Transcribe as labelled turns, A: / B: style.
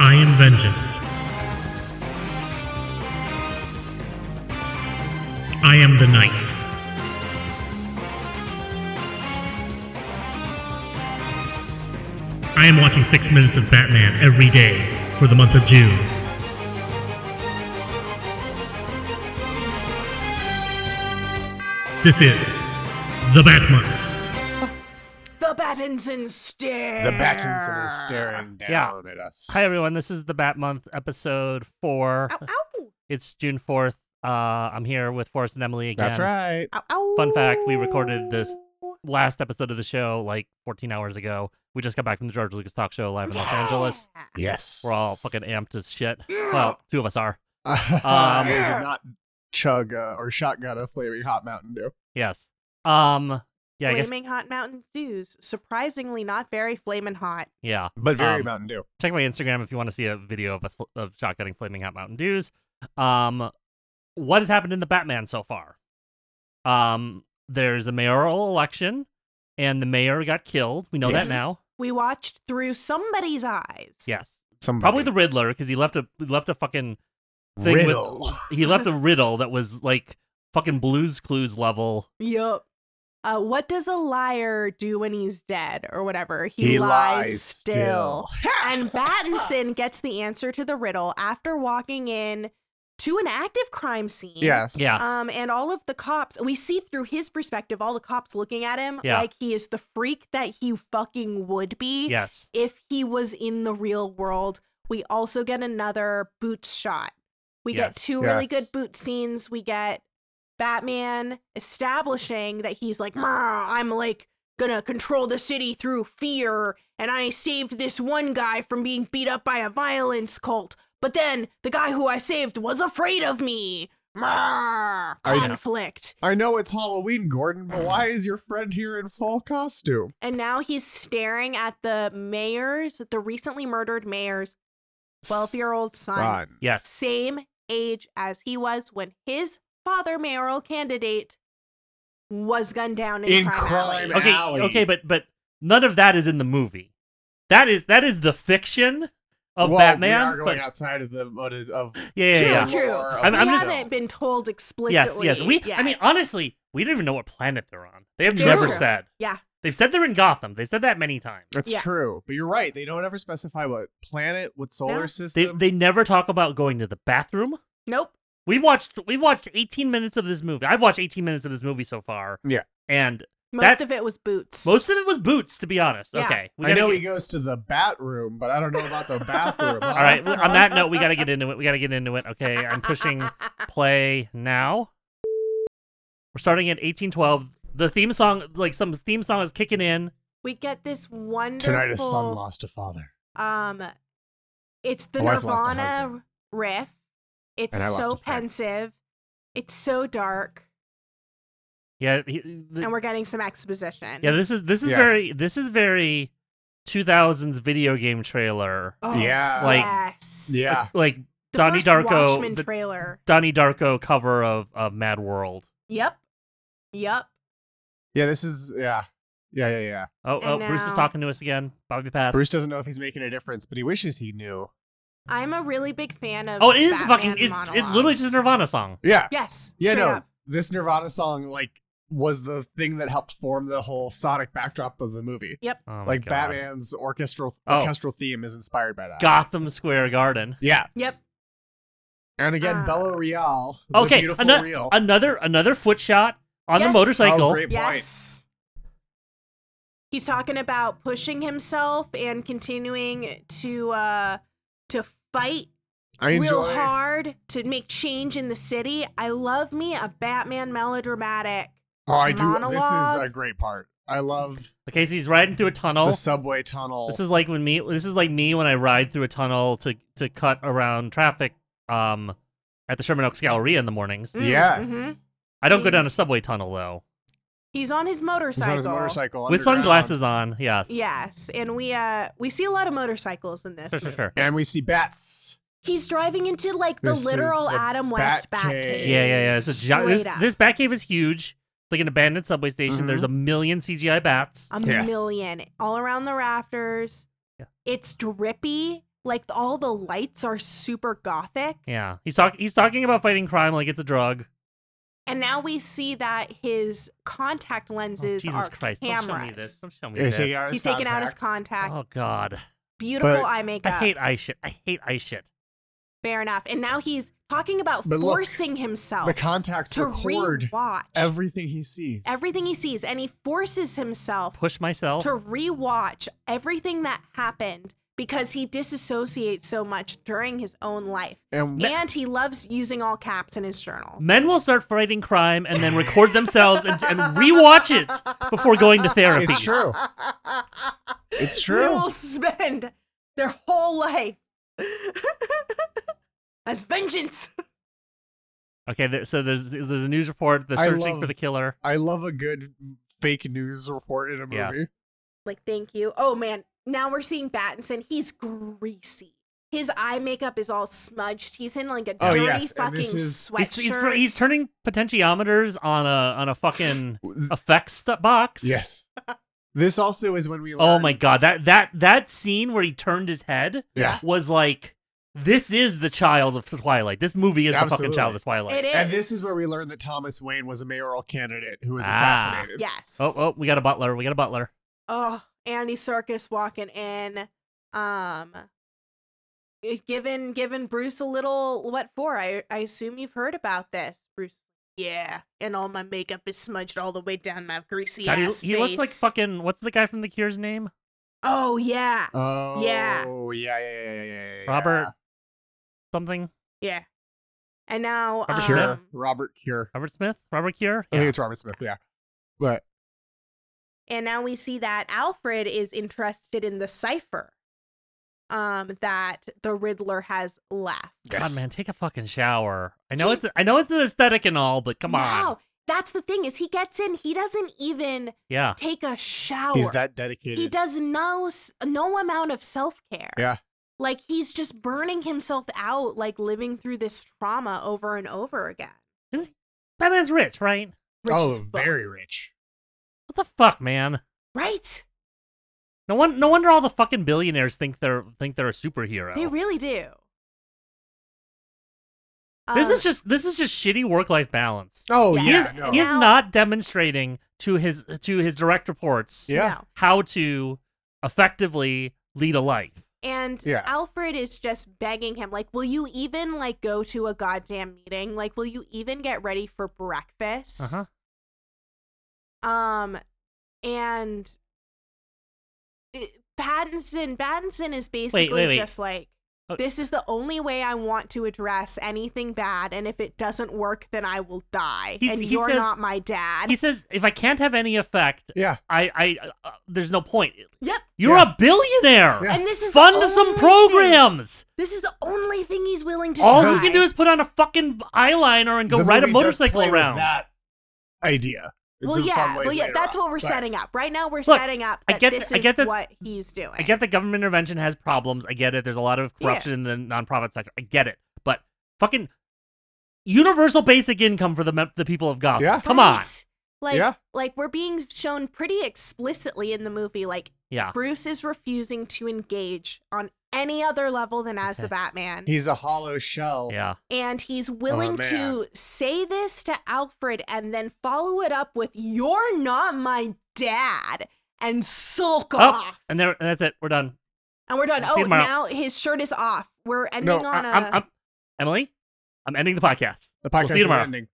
A: I am vengeance. I am the night. I am watching six minutes of Batman every day for the month of June. This is the Bat Month.
B: The Battinson stare.
C: The Battinson is staring down
D: Yeah.
C: at us.
D: Hi everyone, this is the Bat Month episode four.
B: Ow, ow,
D: It's June fourth. Uh, I'm here with Forrest and Emily again.
C: That's right.
B: ow, ow.
D: Fun fact, we recorded this Last episode of the show, like 14 hours ago. We just got back from the George Lucas Talk Show live in Los Angeles.
C: Yes.
D: We're all fucking amped as shit. Well, two of us are.
C: um, we did not chug uh, or shotgun a flaming hot Mountain Dew.
D: Yes. Um. Yeah. I guess.
B: flaming hot mountain dews. Surprisingly, not very flaming hot.
D: Yeah.
C: But very
D: Um,
C: Mountain Dew.
D: Check my Instagram if you want to see a video of us fl- of shotgunning flaming hot Mountain Dews. Um, what has happened in the Batman so far? Um, there's a mayoral election, and the mayor got killed. We know
C: Yes.
D: that now.
B: We watched through somebody's eyes.
D: Yes.
C: Somebody.
D: Probably the Riddler because he left a he left a fucking thing
C: riddle.
D: with he left a riddle that was like fucking Blue's Clues level.
B: Yup. Uh, what does a liar do when he's dead or whatever?
C: still.
B: and Battinson gets the answer to the riddle after walking in to an active crime scene.
C: yes.
D: Yeah.
B: Um, and all of the cops, we see through his perspective, all the cops looking at him
D: Yeah.
B: like he is the freak that he fucking would be
D: Yes.
B: if he was in the real world. We also get another boots shot. We get
D: Yes.
B: two really good
C: Yes.
B: boot scenes. We get Batman establishing that he's like, "Mah, I'm like gonna control the city through fear, and I saved this one guy from being beat up by a violence cult. But then the guy who I saved was afraid of me. Mah,
C: I-
B: conflict.
C: I know it's Halloween, Gordon, but why is your friend here in full costume?
B: And now he's staring at the mayor's, the recently murdered mayor's 12 year old son.
C: Son.
D: Yes.
B: same age as he was when his father mayoral candidate was gunned down in,
C: In
B: crime,
C: crime
B: alley.
C: alley.
D: okay
C: Alley.
D: okay but but none of that is in the movie that is that is the fiction of
C: Well,
D: batman
C: We are going
D: but
C: outside of the what is of
D: yeah yeah, yeah.
B: True, true.
C: lore of
D: I'm-
B: we
C: the
D: I'm just-
B: haven't
C: film.
B: been told
D: yes
B: explicitly.
D: yes we i mean
B: yet.
D: honestly we don't even know what planet they're on they have
B: True.
D: never
B: True.
D: said
B: Yeah.
D: they've said they're in gotham they've said that many times
C: That's
B: Yeah.
C: true, but you're right. They don't ever specify what planet, what solar
B: No.
D: they,
C: system.
D: they never talk about going to the bathroom
B: Nope.
D: we've watched we've watched 18 minutes of this movie i've watched 18 minutes of this movie so far
C: Yeah.
D: and
B: Most
D: That-
B: of it was boots.
D: most of it was boots to be honest
B: Yeah.
D: okay
C: I
D: gotta
C: know
D: get-
C: he goes to the bat room, but I don't know about the bathroom.
D: all right well, on that note we gotta get into it we gotta get into it okay i'm pushing play now. We're starting at 1812. The theme song, like some theme song, is kicking in.
B: we get this wonderful
C: Tonight, a son lost a father.
B: Um, it's the
C: My wife lost a
B: Nirvana
C: husband.
B: riff. It's
C: And I lost
B: so
C: a friend.
B: pensive. It's so dark,
D: Yeah, he, the-
B: and we're getting some exposition.
D: yeah. This is this is
C: Yes.
D: very this is very 2000s video game trailer.
B: Oh,
C: Yeah.
D: Like-
B: yes.
C: Yeah.
D: Like
B: The
D: Donnie
B: first
D: Darko-
B: Watchmen
D: the-
B: trailer.
D: Donnie Darko cover of of Mad World.
B: Yep. Yep.
C: Yeah, this is yeah, yeah, yeah, yeah.
D: Oh,
B: And
D: oh Bruce is
B: now-
D: talking to us again. Bobby Pat.
C: Bruce doesn't know if he's making a difference, but he wishes he knew.
B: I'm a really big fan of.
D: oh, it is
B: Batman
D: fucking. It's, it's
B: monologues.
D: literally just a Nirvana song.
C: Yeah,
B: Yes.
C: yeah.
B: straight
C: No,
B: up.
C: this Nirvana song like was the thing that helped form the whole sonic backdrop of the movie.
D: Oh my
C: like
D: God.
C: Batman's orchestral
D: Oh.
C: orchestral theme is inspired by that.
D: Gotham Square Garden.
C: Yeah,
B: Yep.
C: and again,
B: Ah.
C: Bella Real. the
D: Okay,
C: beautiful
D: ano-
C: Real.
D: another another foot shot on the
B: Yes.
D: motorcycle.
C: Oh, great point.
B: Yes. He's talking about pushing himself and continuing to uh to fight
C: I enjoy.
B: real hard to make change in the city. I love me a Batman melodramatic.
C: Oh, I do. This is
B: monologue.
C: a great part. I love
D: Okay, so he's riding through a tunnel.
C: the subway tunnel.
D: This is like when me. This is like me when I ride through a tunnel to to cut around traffic. Um, at the Sherman Oaks Galleria in the mornings.
B: Mm,
C: yes.
B: mhm.
D: I don't go down a subway tunnel though,
B: He's on his
C: He's
B: motorcycle.
C: on his motorcycle
D: with
C: underground.
D: sunglasses on. Yes.
B: Yes, and we uh we see a lot of motorcycles in this.
D: Sure, sure,
B: movie.
D: sure.
C: and we see bats.
B: He's driving into like the
C: This is
B: literal
C: the
B: Adam West
C: Batcave.
B: Batcave.
D: Yeah, yeah, yeah. It's a gi- this,
B: Straight up.
D: this bat cave is huge. It's like an abandoned subway station.
C: Mhm.
D: There's a million CGI bats.
B: a
C: Yes.
B: million all around the rafters.
D: Yeah.
B: It's drippy. Like all the lights are super gothic.
D: Yeah, he's talk he's talking about fighting crime like it's a drug.
B: And now we see that his contact
D: Oh,
B: lenses
D: Jesus
B: are
D: Christ!
B: cameras.
D: Don't show me this. Don't show me
C: You
D: this.
C: see our
B: He's taking out his
C: contacts?
B: contact.
D: Oh God,
B: Beautiful
C: But-
B: eye
D: I
B: makeup.
D: hate eye shit. I hate eye shit.
B: Fair enough. And now he's talking about
C: But look,
B: forcing himself
C: The contacts
B: to
C: record
B: rewatch
C: everything he sees.
B: everything he sees, and he forces himself
D: Push myself.
B: to rewatch everything that happened because he disassociates so much during his own life.
C: and
B: and he loves using all caps in his journal.
D: Men will start fighting crime and then record themselves and, and rewatch it before going to therapy.
C: it's true. It's
B: They
C: true.
B: will spend their whole life as vengeance.
D: Okay, there, so there's there's a news report. They're
C: I
D: searching for
C: love-
D: the killer.
C: I love a good fake news report in a movie.
D: Yeah.
B: Like, thank you. Oh man, now we're seeing Battinson. He's greasy. His eye makeup is all smudged. He's in like a
C: Oh,
B: dirty
C: yes, and
B: fucking
C: this is-
D: He's,
B: sweatshirt.
D: he's, he's turning potentiometers on a on a fucking effects st- box.
C: Yes. This also is when we. Learn,
D: Oh my god, that that that scene where he turned his head
C: Yeah.
D: was like this is the child of Twilight. This movie is the fucking
C: Absolutely.
D: child of
B: it
D: Twilight.
B: is.
C: And this is where we learn that Thomas Wayne was a mayoral candidate who was
D: Ah.
C: assassinated.
B: yes.
D: Oh, oh, we got a butler. We got a butler.
B: oh andy circus walking in um eh, giving giving bruce a little what for i i assume you've heard about this bruce yeah and all my makeup is smudged all the way down my greasy
D: God,
B: ass
D: he, he looks like
B: face."
D: fucking what's the guy from the Cure's name?
B: oh yeah
C: Oh.
B: Yeah.
C: Yeah. Yeah. Yeah. Yeah. yeah, yeah.
D: Robert something?
B: yeah and now
D: Robert
B: um,
D: Smith?
C: Cure. Uh-huh. Robert Cure.
D: Robert Smith? Robert Cure?
C: I think
D: Yeah.
C: it's Robert Smith. Yeah. But
B: and now we see that alfred is interested in the cipher um that the riddler has left
D: God
C: yes.
D: man, take a fucking shower. I know it's I know it's an aesthetic and all, but come on.
B: no that's the thing is he gets in he doesn't even
D: Yeah.
B: take a shower
C: he's that dedicated.
B: he does no s- no amount of self-care
C: Yeah.
B: like he's just burning himself out like living through this trauma over and over again
D: Batman's rich, right?
B: which is
C: oh,
B: fu-
C: very rich.
D: What the fuck, man?
B: right
D: No one no wonder all the fucking billionaires think they're think they're a superhero.
B: they really do
D: This
B: Um,
D: is just this is just shitty work life balance.
C: Oh
B: Yeah.
D: He is
C: yeah. No.
D: he is
B: Now-
D: not demonstrating to his to his direct reports
C: Yeah.
B: no.
D: how to effectively lead a life.
B: and
C: Yeah.
B: alfred is just begging him like will you even like go to a goddamn meeting like will you even get ready for breakfast
D: Uh-huh.
B: Um, and it, Pattinson, Pattinson is basically
D: wait.
B: just like,
D: Oh.
B: this is the only way I want to address anything bad, and if it doesn't work, then I will die,
D: He's-
B: and
D: he
B: you're
D: says-
B: not my dad.
D: He says if I can't have any effect,
C: Yeah.
D: I I uh, there's no point.
B: Yep.
D: You're
C: Yeah.
D: a billionaire.
C: Yeah.
B: And this is the
D: Fund some
B: only
D: programs.
B: thing- This is the only thing he's willing to
D: All
B: try.
D: you can do is put on a fucking eyeliner and go
C: The
D: ride a
C: movie does
D: motorcycle
C: play with
D: around.
C: That idea. It's
B: Well,
C: in fun
B: yeah,
C: ways
B: well, yeah.
C: later
B: That's
C: on,
B: what we're
C: but-
B: setting up right now. We're
D: Look,
B: setting up.
D: I
B: That
D: get
B: this
D: th- I
B: is
D: get that-
B: what he's doing.
D: I get that government intervention has problems. I get it. There's a lot of corruption in the nonprofit sector. I get it. But fucking universal basic income for the mem- the people of Gotham.
C: Yeah.
D: Come on.
B: Right? Like,
C: Yeah.
B: like we're being shown pretty explicitly in the movie, like
D: Yeah.
B: Bruce is refusing to engage on any other level than as the
D: Okay.
B: Batman.
C: He's a hollow shell.
D: Yeah.
B: and he's willing to
C: Oh, man.
B: say this to Alfred and then follow it up with, You're not my dad, and sulk
D: Oh,
B: off.
D: and there. And that's it. We're done.
B: And we're done.
D: See
B: Oh,
D: you tomorrow.
B: now his shirt is off. We're ending
C: No,
B: on a
D: I, am Emily. I'm ending the podcast.
C: The
D: We'll see
C: podcast
D: you
C: is
D: tomorrow.
C: ending.